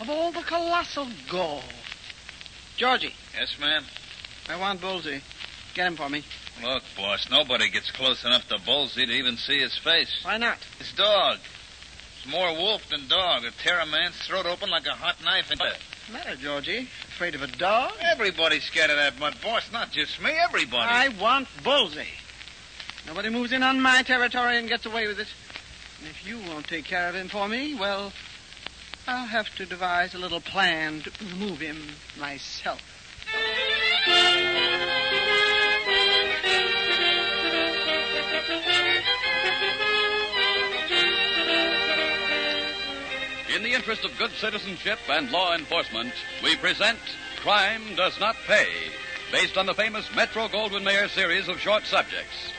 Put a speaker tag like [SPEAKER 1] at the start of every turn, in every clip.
[SPEAKER 1] Of all the colossal gall. Georgie,
[SPEAKER 2] Yes, ma'am?
[SPEAKER 1] I want Bullseye. Get him for me.
[SPEAKER 2] Look, boss, nobody gets close enough to Bullseye to even see his face.
[SPEAKER 1] Why not?
[SPEAKER 2] It's dog. It's more wolf than dog. It'll tear a man's throat open like a hot knife. And...
[SPEAKER 1] matter, Georgie? Afraid of a dog?
[SPEAKER 2] Everybody's scared of that mud, boss. Not just me, everybody.
[SPEAKER 1] I want Bullseye. Nobody moves in on my territory and gets away with it. And if you won't take care of him for me, well, I'll have to devise a little plan to remove him myself.
[SPEAKER 3] In the interest of good citizenship and law enforcement, we present Crime Does Not Pay, based on the famous Metro Goldwyn Mayer series of short subjects.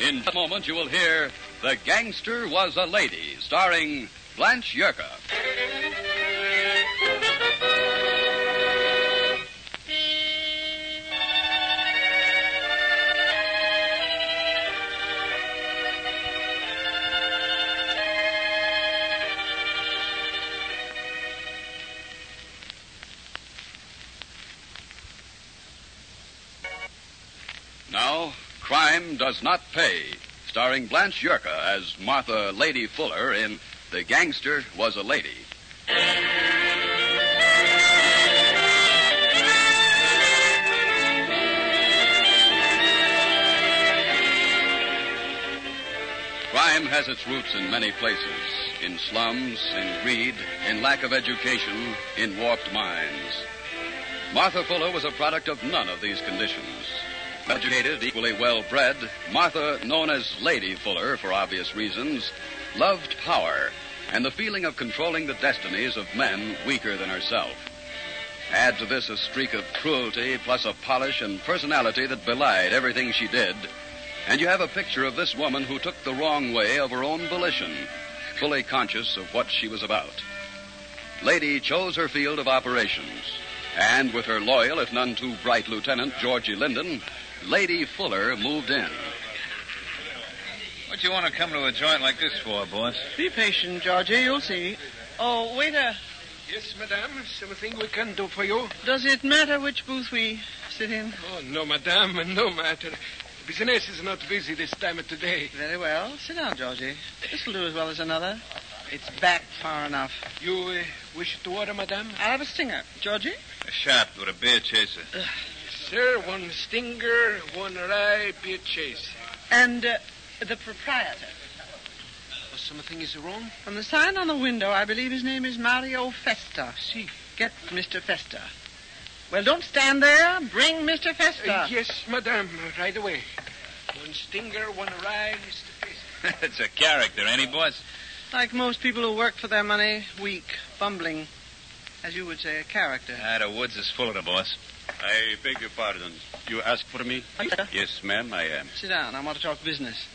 [SPEAKER 3] In a moment, you will hear The Gangster Was a Lady, starring Blanche Yerka. Now, Crime Does Not Pay, starring Blanche Yerka as Martha Lady Fuller in The Gangster Was a Lady. Crime has its roots in many places in slums, in greed, in lack of education, in warped minds. Martha Fuller was a product of none of these conditions. Educated, equally well bred, Martha, known as Lady Fuller for obvious reasons, loved power and the feeling of controlling the destinies of men weaker than herself. Add to this a streak of cruelty plus a polish and personality that belied everything she did, and you have a picture of this woman who took the wrong way of her own volition, fully conscious of what she was about. Lady chose her field of operations, and with her loyal, if none too bright, Lieutenant Georgie Linden, Lady Fuller moved in.
[SPEAKER 2] What you want to come to a joint like this for, boss?
[SPEAKER 1] Be patient, Georgie. You'll see. Oh, waiter,
[SPEAKER 4] Yes, madame. Something we can do for you?
[SPEAKER 1] does it matter which booth we sit in?
[SPEAKER 4] Oh, no, madame. No matter. Business is not busy this time of today.
[SPEAKER 1] Very well. Sit down, Georgie. This'll do as well as another. It's back far enough.
[SPEAKER 4] You uh, wish to order, madame?
[SPEAKER 1] I'll have a stinger. Georgie?
[SPEAKER 2] A shot with a beer chaser.
[SPEAKER 4] Sir, one stinger, one rye beer chase.
[SPEAKER 1] And uh, the proprietor.
[SPEAKER 4] Oh, something is wrong?
[SPEAKER 1] On the sign on the window, I believe his name is Mario Festa.
[SPEAKER 4] See.
[SPEAKER 1] Get Mr. Festa. Well, don't stand there. Bring Mr. Festa.
[SPEAKER 4] Uh, yes, madame. Right away. One stinger, one rye, Mr. Pace.
[SPEAKER 2] it's a character, ain't he, boss?
[SPEAKER 1] Like most people who work for their money, weak, bumbling. As you would say, a character.
[SPEAKER 2] Ah, the woods is full of the boss.
[SPEAKER 5] I beg your pardon. You ask for me? Yes, ma'am, I am.
[SPEAKER 1] Sit down. I want to talk business.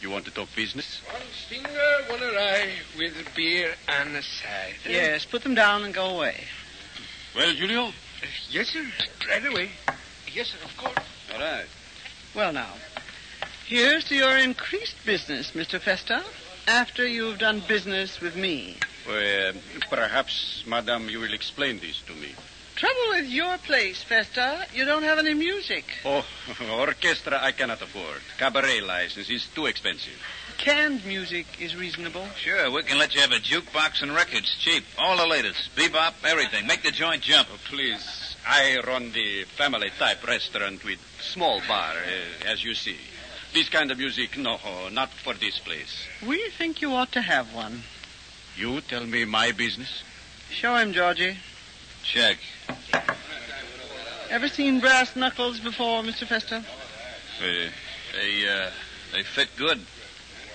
[SPEAKER 5] You want to talk business?
[SPEAKER 4] One stinger, one rye, with beer and a side.
[SPEAKER 1] Yes, put them down and go away.
[SPEAKER 5] Well, Julio?
[SPEAKER 4] Uh, yes, sir. Right away. Yes, sir, of course.
[SPEAKER 5] All right.
[SPEAKER 1] Well, now, here's to your increased business, Mr. Festa, after you've done business with me.
[SPEAKER 5] Well, perhaps, madame, you will explain this to me.
[SPEAKER 1] Trouble with your place, Festa, you don't have any music.
[SPEAKER 5] Oh, orchestra I cannot afford. Cabaret license is too expensive.
[SPEAKER 1] Canned music is reasonable.
[SPEAKER 2] Sure, we can let you have a jukebox and records cheap. All the latest. Bebop, everything. Make the joint jump.
[SPEAKER 5] Oh, please, I run the family type restaurant with small bar, uh, as you see. This kind of music, no, not for this place.
[SPEAKER 1] We think you ought to have one.
[SPEAKER 5] You tell me my business?
[SPEAKER 1] Show him, Georgie.
[SPEAKER 2] Check.
[SPEAKER 1] Ever seen brass knuckles before, Mr. Festa?
[SPEAKER 2] They, they, uh, they fit good.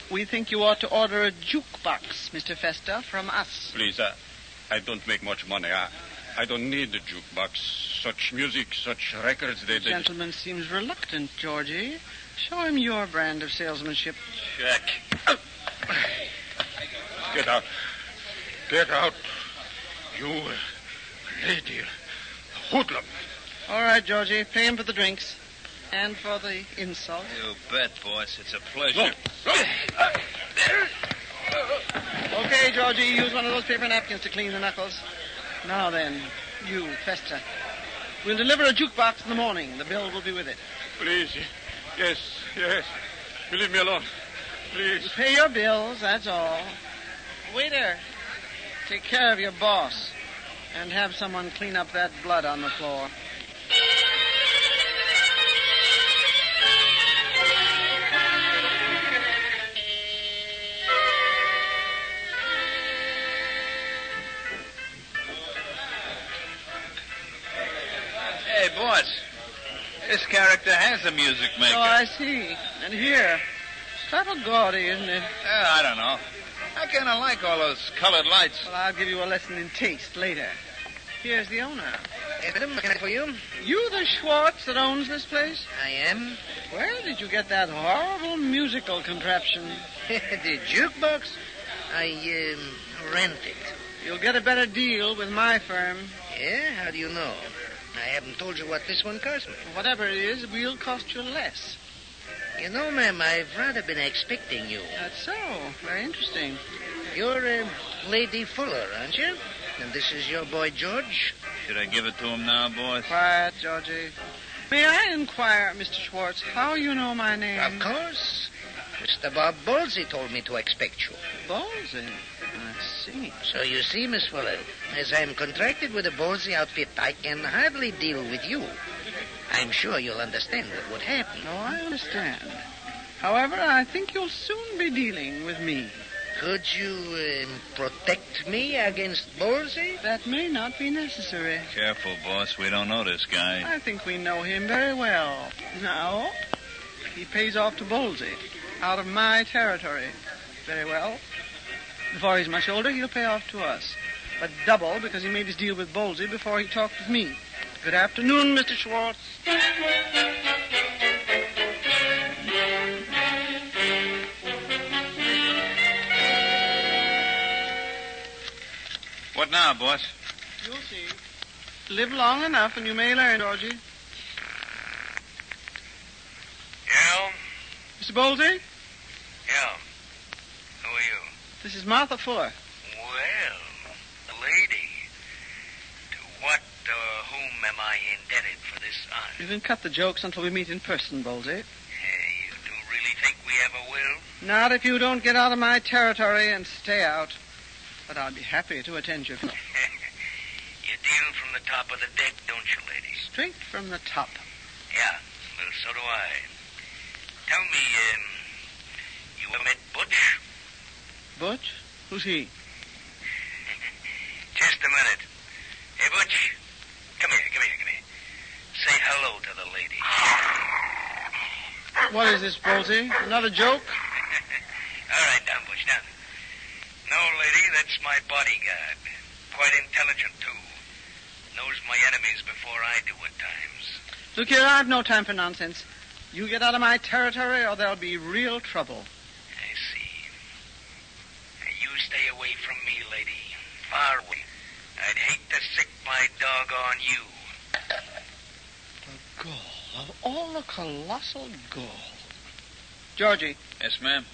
[SPEAKER 1] We think you ought to order a jukebox, Mr. Festa, from us.
[SPEAKER 5] Please, I, I don't make much money. I, I don't need a jukebox. Such music, such records, they...
[SPEAKER 1] The
[SPEAKER 5] they
[SPEAKER 1] gentleman seems reluctant, Georgie. Show him your brand of salesmanship.
[SPEAKER 2] Check.
[SPEAKER 5] get out. Get out. You uh, lady hoodlum.
[SPEAKER 1] All right, Georgie, pay him for the drinks and for the insult.
[SPEAKER 2] You bet, boss. It's a pleasure.
[SPEAKER 1] Okay, Georgie, use one of those paper napkins to clean the knuckles. Now then, you, Fester. We'll deliver a jukebox in the morning. The bill will be with it.
[SPEAKER 3] Please. Yes, yes. You leave me alone. Please.
[SPEAKER 1] Pay your bills, that's all. Waiter, take care of your boss. And have someone clean up that blood on the floor.
[SPEAKER 6] Hey, boss. This character has a music maker.
[SPEAKER 1] Oh, I see. And here. It's rather gaudy, isn't it?
[SPEAKER 6] Yeah, Uh, I don't know. I kind of like all those colored lights.
[SPEAKER 1] Well, I'll give you a lesson in taste later. Here's the owner.
[SPEAKER 4] Madam, can I for you?
[SPEAKER 1] You the Schwartz that owns this place?
[SPEAKER 4] I am.
[SPEAKER 1] Where did you get that horrible musical contraption?
[SPEAKER 4] the jukebox? I um, rent it.
[SPEAKER 1] You'll get a better deal with my firm.
[SPEAKER 4] Yeah? How do you know? I haven't told you what this one cost me.
[SPEAKER 1] Whatever it is, we'll cost you less.
[SPEAKER 4] You know, ma'am, I've rather been expecting you.
[SPEAKER 1] That's so. Very interesting.
[SPEAKER 4] You're um, Lady Fuller, aren't you? And this is your boy George?
[SPEAKER 6] Should I give it to him now, boss?
[SPEAKER 1] Quiet, Georgie. May I inquire, Mr. Schwartz, how you know my name?
[SPEAKER 6] Mm-hmm.
[SPEAKER 4] Of course. Mr. Bob Bolsey told me to expect you.
[SPEAKER 1] Bolsey. I see.
[SPEAKER 4] So you see, Miss Fuller, as I'm contracted with the Bolsey outfit, I can hardly deal with you. I'm sure you'll understand what would happen.
[SPEAKER 1] No, I understand. However, I think you'll soon be dealing with me.
[SPEAKER 4] Could you um, protect me against Bolsey?
[SPEAKER 1] That may not be necessary.
[SPEAKER 6] Careful, boss. We don't know this guy.
[SPEAKER 1] I think we know him very well. Now, he pays off to Bolsey out of my territory. Very well. Before he's much older, he'll pay off to us. But double because he made his deal with Bolsey before he talked with me. Good afternoon, Mr. Schwartz.
[SPEAKER 6] What now, boss?
[SPEAKER 1] You'll see. Live long enough and you may learn, Georgie.
[SPEAKER 7] Yeah,
[SPEAKER 1] Mr. Bolsey,
[SPEAKER 7] yeah. Who are you?
[SPEAKER 1] this is Martha Fuller.
[SPEAKER 7] Well, lady, to what or whom am I indebted for this honor?
[SPEAKER 1] You can cut the jokes until we meet in person, Bolsey.
[SPEAKER 7] Hey, you do really think we ever will?
[SPEAKER 1] Not if you don't get out of my territory and stay out. But I'll be happy to attend you.
[SPEAKER 7] You deal from the top of the deck, don't you, lady?
[SPEAKER 1] Straight from the top.
[SPEAKER 7] Yeah, well, so do I. Tell me, um, you ever met Butch?
[SPEAKER 1] Butch? Who's he?
[SPEAKER 7] Just a minute. Hey, Butch. Come here, come here, come here. Say hello to the lady.
[SPEAKER 1] What is this, Bolsey? Another joke?
[SPEAKER 7] All right, down, Bush, down. No, lady, that's my bodyguard. Quite intelligent, too. Knows my enemies before I do at times.
[SPEAKER 1] Look here, I've no time for nonsense. You get out of my territory or there'll be real trouble.
[SPEAKER 7] I see. Now, You stay away from me, lady. Far away. I'd hate to sick my dog on you.
[SPEAKER 1] Gall. Of all the colossal gall. Georgie,
[SPEAKER 6] Yes, ma'am.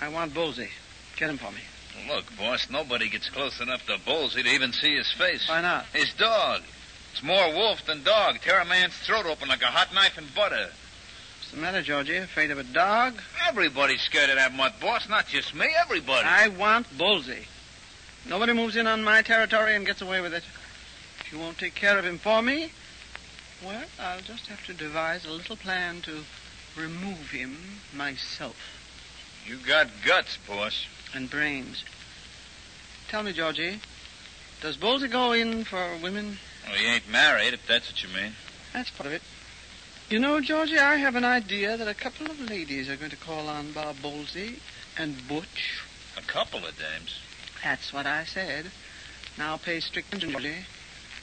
[SPEAKER 1] I want Bolsey. Get him for me.
[SPEAKER 6] Look, boss, nobody gets close enough to Bolsey to even see his face.
[SPEAKER 1] Why not?
[SPEAKER 6] His dog. It's more wolf than dog. Tear a man's throat open like a hot knife and butter.
[SPEAKER 1] What's the matter, Georgie? Afraid of a dog?
[SPEAKER 6] Everybody's scared of that mutt, boss. Not just me, everybody.
[SPEAKER 1] I want Bolsey. Nobody moves in on my territory and gets away with it. If you won't take care of him for me, well, I'll just have to devise a little plan to remove him myself
[SPEAKER 6] You got guts, boss.
[SPEAKER 1] and brains. Tell me, Georgie, does Bolsey go in for women?
[SPEAKER 6] We ain't married, if that's what you mean.
[SPEAKER 1] That's part of it. You know, Georgie, I have an idea that a couple of ladies are going to call on Bob Bolsey and Butch.
[SPEAKER 6] A couple of dames.
[SPEAKER 1] That's what I said. Now pay strict attention, Georgie.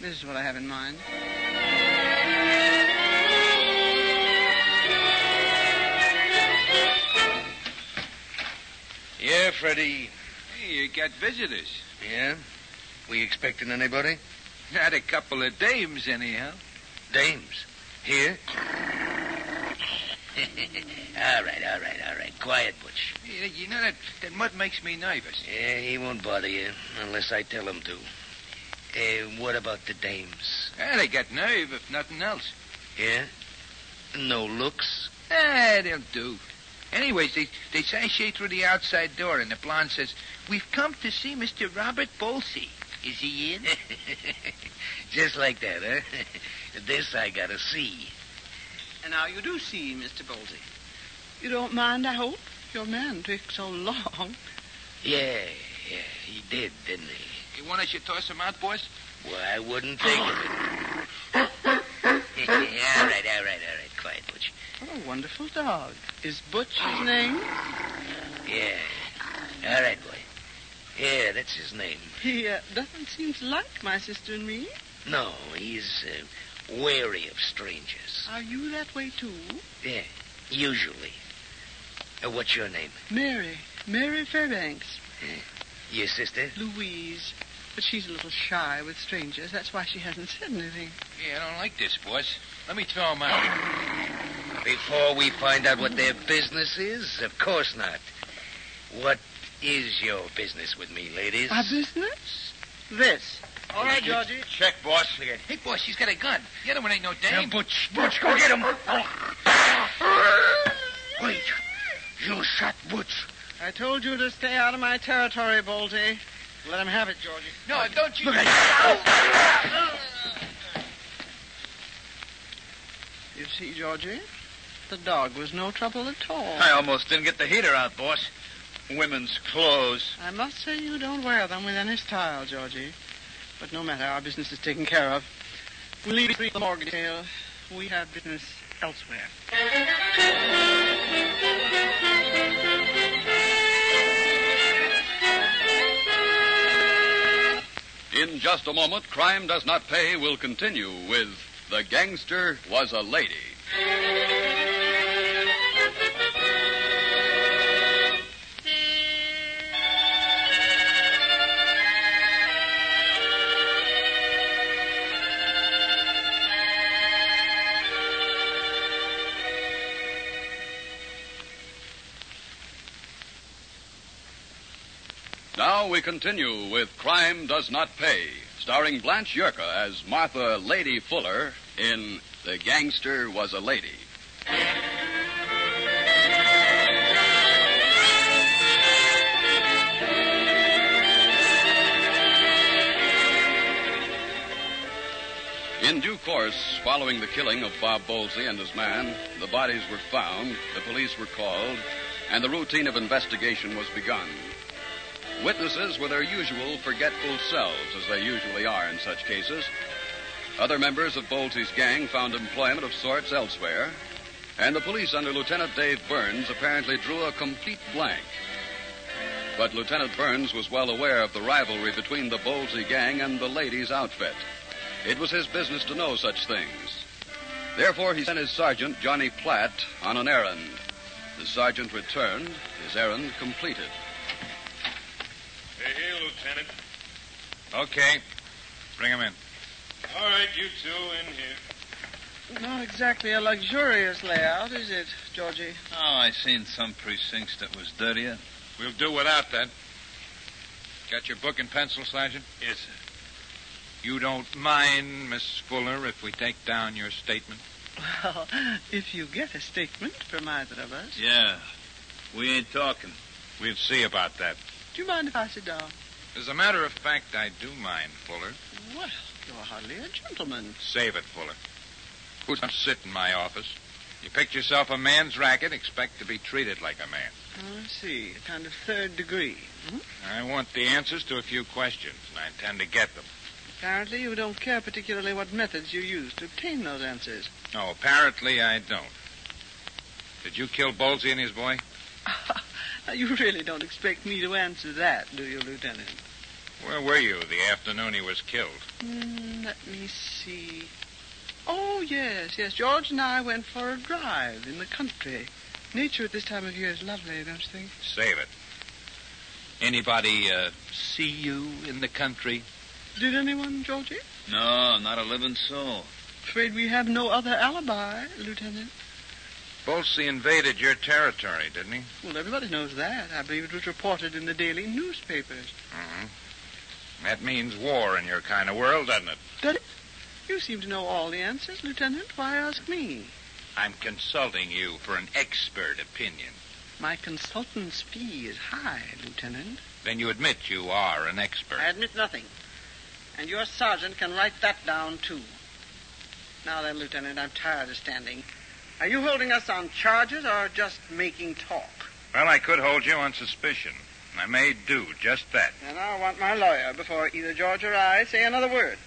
[SPEAKER 1] This is what I have in mind.
[SPEAKER 4] Yeah, Freddy.
[SPEAKER 3] Hey, you got visitors.
[SPEAKER 4] Yeah? We expecting anybody?
[SPEAKER 3] Not a couple of dames, anyhow.
[SPEAKER 4] Dames. Here? all right, all right, all right. Quiet, Butch.
[SPEAKER 3] You
[SPEAKER 7] Eh,
[SPEAKER 3] know, that, that mud makes me nervous.
[SPEAKER 4] Yeah, he won't bother you unless I tell him to.
[SPEAKER 7] Uh, what about the dames?
[SPEAKER 8] Well, they got nerve, if nothing else.
[SPEAKER 7] Yeah? No looks?
[SPEAKER 8] Ah, they'll do. Anyways, they, they sashay through the outside door, and the blonde says, We've come to see Mr. Robert Bolsey. Is he in?
[SPEAKER 7] Just like that, huh? this I gotta see.
[SPEAKER 1] And now you do see, Mr. Bolsey. You don't mind, I hope? Your man took so long.
[SPEAKER 7] Yeah, yeah, he did, didn't he?
[SPEAKER 8] You want us to toss him out, boys?
[SPEAKER 7] Well, I wouldn't think of it. all right, all right, all right. Quiet, Butch.
[SPEAKER 1] What a wonderful dog. Is Butch his name?
[SPEAKER 7] Yeah. All right, boy. Yeah, that's his name.
[SPEAKER 1] He uh, doesn't seem to like my sister and me.
[SPEAKER 7] No, he's uh, wary of strangers.
[SPEAKER 1] Are you that way too?
[SPEAKER 7] Yeah, usually. Uh, what's your name?
[SPEAKER 1] Mary. Mary Fairbanks.
[SPEAKER 7] Your sister?
[SPEAKER 1] Louise. But she's a little shy with strangers. That's why she hasn't said anything.
[SPEAKER 8] Yeah, I don't like this, boys. Let me throw him out.
[SPEAKER 7] Before we find out what their business is? Of course not. What is your business with me, ladies?
[SPEAKER 1] Our business? This. All right, Georgie.
[SPEAKER 8] Check, boss. Hey, boss, she's got a gun. The other one ain't no dame.
[SPEAKER 7] Butch, Butch, go get him. Wait. You shot Butch.
[SPEAKER 1] I told you to stay out of my territory, Bolty. Let him have it, Georgie.
[SPEAKER 8] no, don't you.
[SPEAKER 1] You see, Georgie, the dog was no trouble at all.
[SPEAKER 9] I almost didn't get the heater out, boss. Women's clothes.
[SPEAKER 1] I must say you don't wear them with any style, Georgie. But no matter, our business is taken care of. We'll leave the mortgage sale. We have business elsewhere.
[SPEAKER 3] In just a moment, Crime Does Not Pay will continue with The Gangster Was a Lady. Now we continue with Crime Does Not Pay, starring Blanche Yerka as Martha Lady Fuller in The Gangster Was a Lady. In due course, following the killing of Bob Bolsey and his man, the bodies were found, the police were called, and the routine of investigation was begun. Witnesses were their usual forgetful selves, as they usually are in such cases. Other members of Bolsey's gang found employment of sorts elsewhere, and the police under Lieutenant Dave Burns apparently drew a complete blank. But Lieutenant Burns was well aware of the rivalry between the Bolsey gang and the ladies' outfit. It was his business to know such things. Therefore, he sent his sergeant, Johnny Platt, on an errand. The sergeant returned, his errand completed.
[SPEAKER 4] Hey, hey, Lieutenant.
[SPEAKER 9] Okay. Bring him in.
[SPEAKER 4] All right, you two in here.
[SPEAKER 1] Not exactly a luxurious layout, is it, Georgie?
[SPEAKER 9] Oh, I seen some precincts that was dirtier.
[SPEAKER 4] We'll do without that. Got your book and pencil, Sergeant?
[SPEAKER 6] Yes, sir. You don't mind, Miss Fuller, if we take down your statement?
[SPEAKER 1] Well, if you get a statement from either of us.
[SPEAKER 9] Yeah. We ain't talking.
[SPEAKER 6] We'll see about that.
[SPEAKER 1] Do you mind if I sit down?
[SPEAKER 6] As a matter of fact, I do mind, Fuller.
[SPEAKER 1] Well, you're hardly a gentleman.
[SPEAKER 6] Save it, Fuller. Who's going to sit in my office? You picked yourself a man's racket, expect to be treated like a man.
[SPEAKER 1] I see. A kind of third degree.
[SPEAKER 6] I want the answers to a few questions, and I intend to get them.
[SPEAKER 1] Apparently, you don't care particularly what methods you use to obtain those answers.
[SPEAKER 6] No, apparently I don't. Did you kill Bolsey and his boy?
[SPEAKER 1] Now, Uh, you really don't expect me to answer that, do you, Lieutenant?
[SPEAKER 6] Where were you the afternoon he was killed?
[SPEAKER 1] Hmm, let me see. Oh, yes, yes. George and I went for a drive in the country. Nature at this time of year is lovely, don't you think?
[SPEAKER 6] Save it. Anybody uh, see you in the country?
[SPEAKER 1] Did anyone, Georgie?
[SPEAKER 9] No, not a living soul.
[SPEAKER 1] Afraid we have no other alibi, Lieutenant.
[SPEAKER 6] Bolsey invaded your territory, didn't he?
[SPEAKER 1] Well, everybody knows that. I believe it was reported in the daily newspapers.
[SPEAKER 6] Mm-hmm. That means war in your kind of world, doesn't it?
[SPEAKER 1] You seem to know all the answers, Lieutenant. Why ask me?
[SPEAKER 6] I'm consulting you for an expert opinion.
[SPEAKER 1] My consultant's fee is high, Lieutenant.
[SPEAKER 6] Then you admit you are an expert.
[SPEAKER 1] I admit nothing. And your sergeant can write that down, too. Now then, Lieutenant, I'm tired of standing. Are you holding us on charges or just making talk?
[SPEAKER 6] Well, I could hold you on suspicion. and I may do just that.
[SPEAKER 1] And I want my lawyer before either George or I say another word.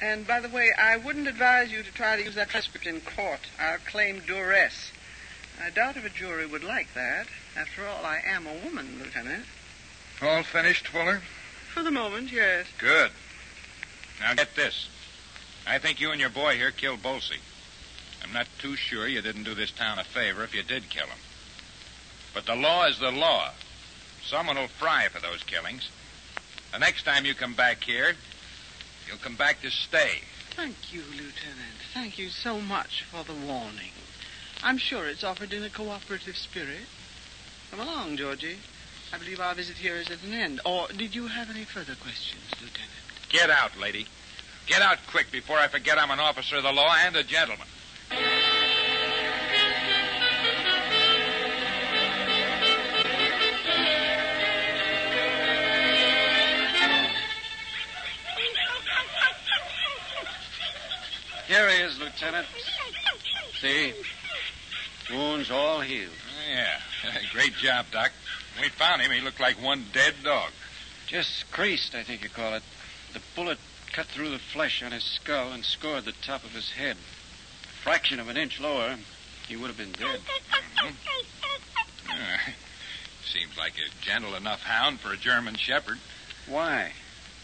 [SPEAKER 1] And by the way, I wouldn't advise you to try to use that transcript in court. I'll claim duress. I doubt if a jury would like that. After all, I am a woman, Lieutenant.
[SPEAKER 6] All finished, Fuller?
[SPEAKER 1] For the moment, yes.
[SPEAKER 6] Good. Now get this. I think you and your boy here killed Bolsey. I'm not too sure you didn't do this town a favor if you did kill him. But the law is the law. Someone will fry for those killings. The next time you come back here, you'll come back to stay.
[SPEAKER 1] Thank you, Lieutenant. Thank you so much for the warning. I'm sure it's offered in a cooperative spirit. Come along, Georgie. I believe our visit here is at an end. Or did you have any further questions, Lieutenant?
[SPEAKER 6] Get out, lady. Get out quick before I forget I'm an officer of the law and a gentleman.
[SPEAKER 3] Here he is, Lieutenant. See? Wounds all healed.
[SPEAKER 6] Yeah. Great job, Doc. When we found him, he looked like one dead dog.
[SPEAKER 3] Just creased, I think you call it. The bullet cut through the flesh on his skull and scored the top of his head. A fraction of an inch lower, he would have been dead.
[SPEAKER 6] Yeah. Seems like a gentle enough hound for a German shepherd.
[SPEAKER 3] Why?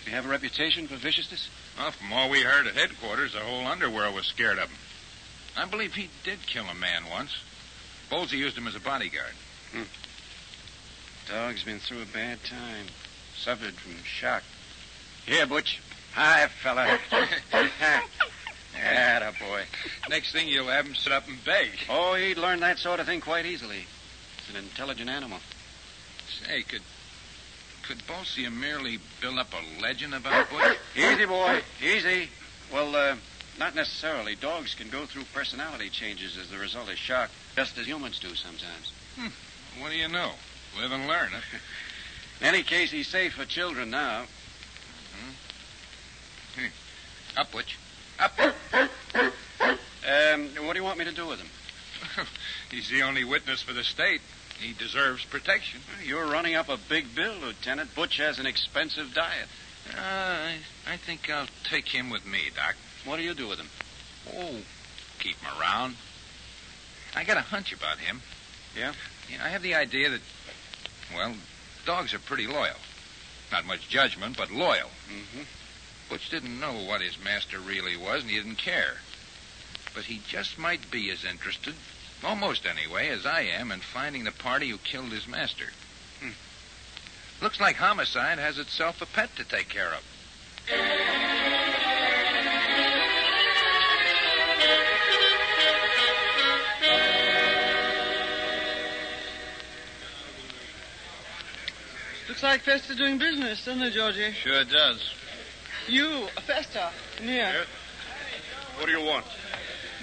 [SPEAKER 3] Did he have a reputation for viciousness?
[SPEAKER 6] Well, from all we heard at headquarters, the whole underworld was scared of him. I believe he did kill a man once. Bolsey used him as a bodyguard.
[SPEAKER 3] Dog's been through a bad time. Suffered from shock. Here, Butch. Hi, fella. yeah, boy.
[SPEAKER 6] Next thing, you'll have him sit up and beg.
[SPEAKER 3] Oh, he'd learn that sort of thing quite easily. He's an intelligent animal.
[SPEAKER 6] Say, could could Bolsey merely build up a legend about Bush?
[SPEAKER 3] Easy, boy. Easy. Well, uh, not necessarily. Dogs can go through personality changes as the result of shock, just as humans do sometimes.
[SPEAKER 6] What do you know? Live and learn. Huh?
[SPEAKER 3] In any case, he's safe for children now.
[SPEAKER 6] Up, Butch. Up.
[SPEAKER 3] Um, what do you want me to do with him?
[SPEAKER 6] He's the only witness for the state. He deserves protection.
[SPEAKER 3] You're running up a big bill, Lieutenant. Butch has an expensive diet.
[SPEAKER 6] Uh, I, I think I'll take him with me, Doc.
[SPEAKER 3] What do you do with him?
[SPEAKER 6] Oh, keep him around. I got a hunch about him.
[SPEAKER 3] Yeah?
[SPEAKER 6] Yeah, I have the idea that, well, dogs are pretty loyal. Not much judgment, but loyal.
[SPEAKER 3] Mm-hmm.
[SPEAKER 6] Butch didn't know what his master really was, and he didn't care. But he just might be as interested, almost anyway, as I am in finding the party who killed his master.
[SPEAKER 3] Hmm.
[SPEAKER 6] Looks like homicide has itself a pet to take care of.
[SPEAKER 1] Looks like Fester's doing business, doesn't it, Georgie?
[SPEAKER 3] Sure does.
[SPEAKER 1] You, Fester, come here.
[SPEAKER 3] What do you want?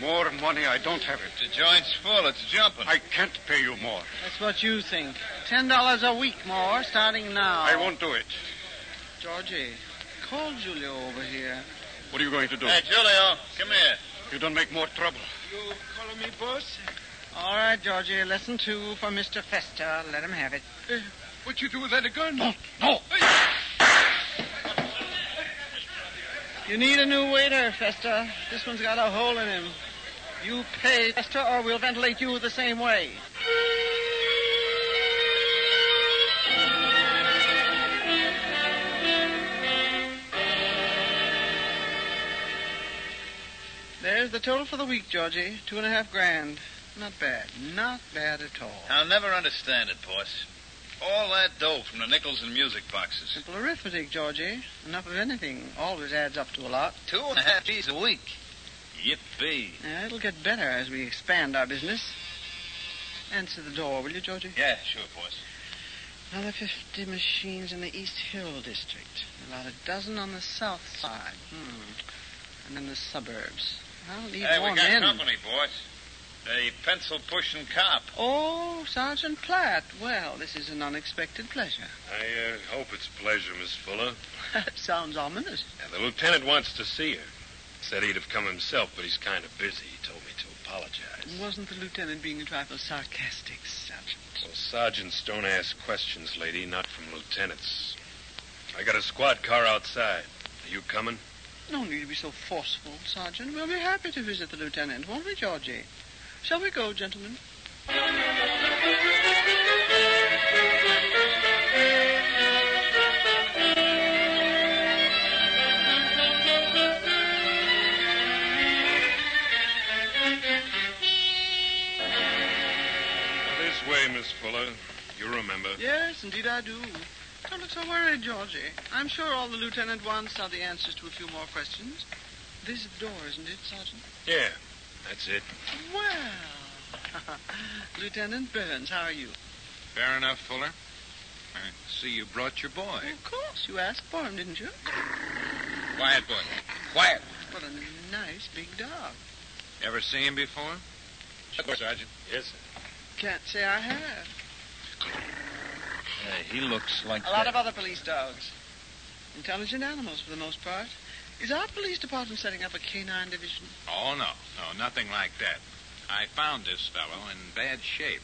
[SPEAKER 3] More money. I don't have it.
[SPEAKER 10] The joint's full. It's jumping.
[SPEAKER 3] I can't pay you more.
[SPEAKER 1] That's what you think. Ten dollars a week more, starting now.
[SPEAKER 3] I won't do it.
[SPEAKER 1] Georgie, call Julio over here.
[SPEAKER 3] What are you going to do?
[SPEAKER 10] Hey, Julio, come here.
[SPEAKER 3] You don't make more trouble.
[SPEAKER 11] You call me boss?
[SPEAKER 1] All right, Georgie, lesson two for Mr. Fester. Let him have it.
[SPEAKER 11] What you do with that gun?
[SPEAKER 3] No.
[SPEAKER 1] You need a new waiter, Fester. This one's got a hole in him. You pay, Fester, or we'll ventilate you the same way. There's the total for the week, Georgie. Two and a half grand. Not bad. Not bad at all.
[SPEAKER 10] I'll never understand it, boss. All that dough from the nickels and music boxes.
[SPEAKER 1] Simple arithmetic, Georgie. Enough of anything always adds up to a lot.
[SPEAKER 10] Two and a half G's a week. Yippee.
[SPEAKER 1] Yeah, it'll get better as we expand our business. Answer the door, will you, Georgie?
[SPEAKER 10] Yeah, sure, boss.
[SPEAKER 1] Another 50 machines in the East Hill district. About a dozen on the south side. Hmm. And in the suburbs. I'll need
[SPEAKER 6] Hey,
[SPEAKER 1] more
[SPEAKER 6] we got
[SPEAKER 1] men.
[SPEAKER 6] company, boys. The pencil pushing cop.
[SPEAKER 1] Oh, Sergeant Platt. Well, this is an unexpected pleasure.
[SPEAKER 12] I uh, hope it's a pleasure, Miss Fuller.
[SPEAKER 1] Sounds ominous.
[SPEAKER 12] Now, the lieutenant wants to see her. Said he'd have come himself, but he's kind of busy. He told me to apologize.
[SPEAKER 1] Wasn't the lieutenant being a trifle sarcastic, Sergeant?
[SPEAKER 12] Well, sergeants don't ask questions, lady, not from lieutenants. I got a squad car outside. Are you coming?
[SPEAKER 1] No need to be so forceful, Sergeant. We'll be happy to visit the lieutenant, won't we, Georgie? Shall we go, gentlemen?
[SPEAKER 12] This way, Miss Fuller. You remember.
[SPEAKER 1] Yes, indeed I do. Don't look so worried, Georgie. I'm sure all the lieutenant wants are the answers to a few more questions. This door, isn't it, Sergeant?
[SPEAKER 12] Yeah, that's it.
[SPEAKER 1] Well, Lieutenant Burns, how are you?
[SPEAKER 6] Fair enough, Fuller. I see you brought your boy.
[SPEAKER 1] Of course, you asked for him, didn't you?
[SPEAKER 6] Quiet, boy. Quiet.
[SPEAKER 1] What a nice big dog.
[SPEAKER 6] Ever see him before? Sergeant. Yes, sir.
[SPEAKER 1] Can't say I have.
[SPEAKER 2] he looks like
[SPEAKER 1] A lot of other police dogs. Intelligent animals, for the most part. Is our police department setting up a canine division?
[SPEAKER 6] Oh, no. No, nothing like that. I found this fellow in bad shape.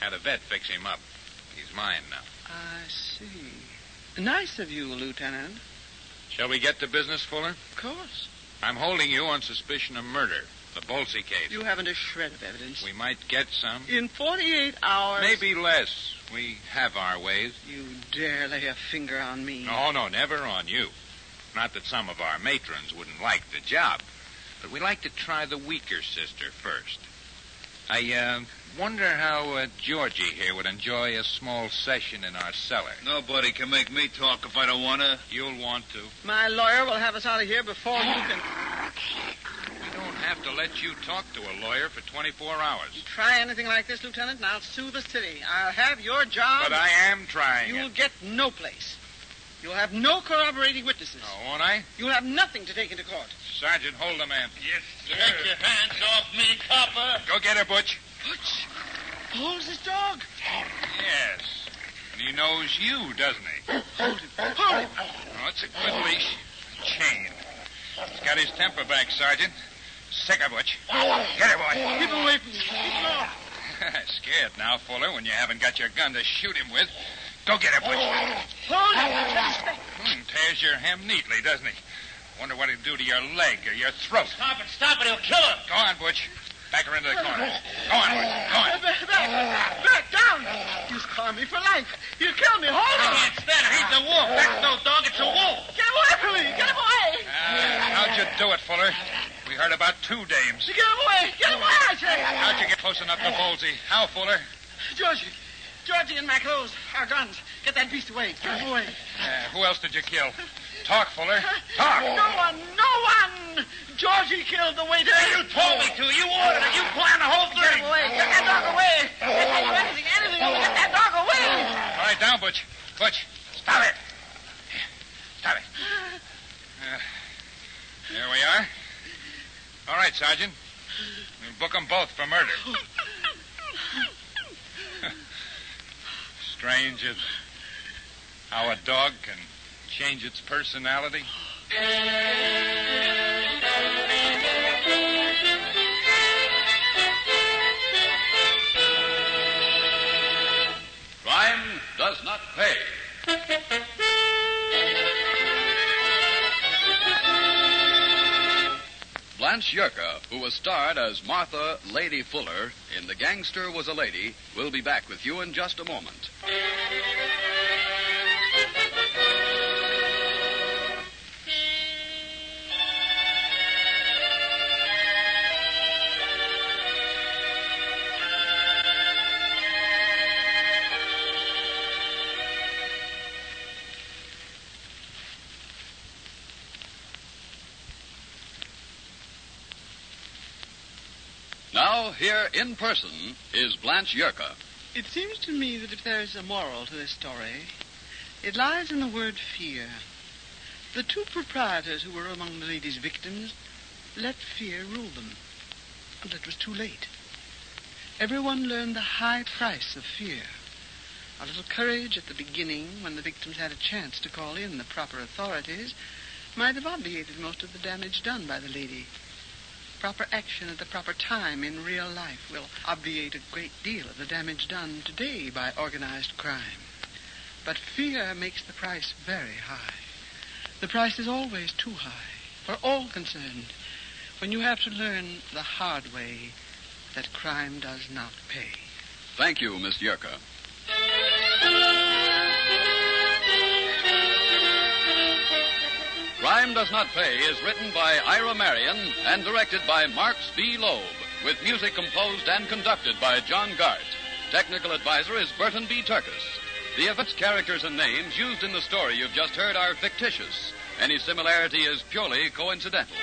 [SPEAKER 6] Had a vet fix him up. He's mine now.
[SPEAKER 1] I see. Nice of you, Lieutenant.
[SPEAKER 6] Shall we get to business, Fuller?
[SPEAKER 1] Of course.
[SPEAKER 6] I'm holding you on suspicion of murder. The Bolsey case.
[SPEAKER 1] You haven't a shred of evidence.
[SPEAKER 6] We might get some.
[SPEAKER 1] In 48 hours.
[SPEAKER 6] Maybe less. We have our ways.
[SPEAKER 1] You dare lay a finger on me.
[SPEAKER 6] No, no, never on you. Not that some of our matrons wouldn't like the job, but we like to try the weaker sister first. I uh, wonder how uh, Georgie here would enjoy a small session in our cellar.
[SPEAKER 2] Nobody can make me talk if I don't want to.
[SPEAKER 6] You'll want to.
[SPEAKER 1] My lawyer will have us out of here before you can
[SPEAKER 6] We don't have to let you talk to a lawyer for 24 hours.
[SPEAKER 1] try anything like this, Lieutenant, and I'll sue the city. I'll have your job.
[SPEAKER 6] But I am trying
[SPEAKER 1] You'll
[SPEAKER 6] it.
[SPEAKER 1] get no place. You'll have no corroborating witnesses.
[SPEAKER 6] Oh, won't I?
[SPEAKER 1] You'll have nothing to take into court.
[SPEAKER 6] Sergeant, hold the man.
[SPEAKER 2] Yes, sir. Take your hands off me, copper.
[SPEAKER 6] Go get her, Butch.
[SPEAKER 1] Butch holds his dog.
[SPEAKER 6] Yes. And he knows you, doesn't he?
[SPEAKER 1] Hold him. Hold him.
[SPEAKER 6] Oh, it's a good leash. Chain. He's got his temper back, Sergeant. Sick of Butch. Get her, boy.
[SPEAKER 1] Keep away from me. Keep him off.
[SPEAKER 6] Scared now, Fuller, when you haven't got your gun to shoot him with. Go get her, Butch.
[SPEAKER 1] Hold him. Let him stay.
[SPEAKER 6] Hmm, tears your hem neatly, doesn't he? Wonder what he'll do to your leg or your throat.
[SPEAKER 2] Stop it, stop it. He'll kill her.
[SPEAKER 6] Go on, Butch. Back her into the corner. Go on,
[SPEAKER 1] Back,
[SPEAKER 6] Butch. Go on.
[SPEAKER 1] back, back down. You scar me for life. You kill me. Hold
[SPEAKER 6] Oh.
[SPEAKER 1] him.
[SPEAKER 2] Can't stand it. He's a wolf. That's no dog. It's a wolf.
[SPEAKER 1] Get away from me. Get him away.
[SPEAKER 6] Ah, how'd you do it, Fuller? We heard about two dames.
[SPEAKER 1] Get him away. Get him away, I say.
[SPEAKER 6] How'd you get close enough to Bolsey? How, Fuller?
[SPEAKER 1] Georgie. Georgie and my clothes. Our guns. Get that beast away. Get him away.
[SPEAKER 6] Yeah, Uh, who else did you kill? Talk, Fuller.
[SPEAKER 1] No
[SPEAKER 6] Talk.
[SPEAKER 1] one. No one. Georgie killed the waiter.
[SPEAKER 2] You told me to. You ordered it. You planned the whole
[SPEAKER 1] Get him
[SPEAKER 2] thing.
[SPEAKER 1] away. Get that dog away. I tell you anything, anything. Get that dog
[SPEAKER 2] Oh.
[SPEAKER 1] away.
[SPEAKER 6] All right, down, Butch. Butch, stop it. Stop it. Uh, there we are. All right, Sergeant. We'll book them both for murder. Strange is how a dog can change its personality.
[SPEAKER 3] Crime does not pay. Blanche Yerka, who was starred as Martha Lady Fuller in The Gangster Was a Lady, will be back with you in just a moment. Now, here in person is Blanche Yerka.
[SPEAKER 1] It seems to me that if there is a moral to this story, it lies in the word fear. The two proprietors who were among the lady's victims let fear rule them. But it was too late. Everyone learned the high price of fear. A little courage at the beginning, when the victims had a chance to call in the proper authorities, might have obviated most of the damage done by the lady. Proper action at the proper time in real life will obviate a great deal of the damage done today by organized crime. But fear makes the price very high. The price is always too high for all concerned when you have to learn the hard way that crime does not pay.
[SPEAKER 3] Thank you, Miss Yerka. Crime Does Not Pay is written by Ira Marion and directed by Marks B. Loeb, with music composed and conducted by John Gart. Technical advisor is Burton B. Turkus. The events, characters, and names used in the story you've just heard are fictitious. Any similarity is purely coincidental.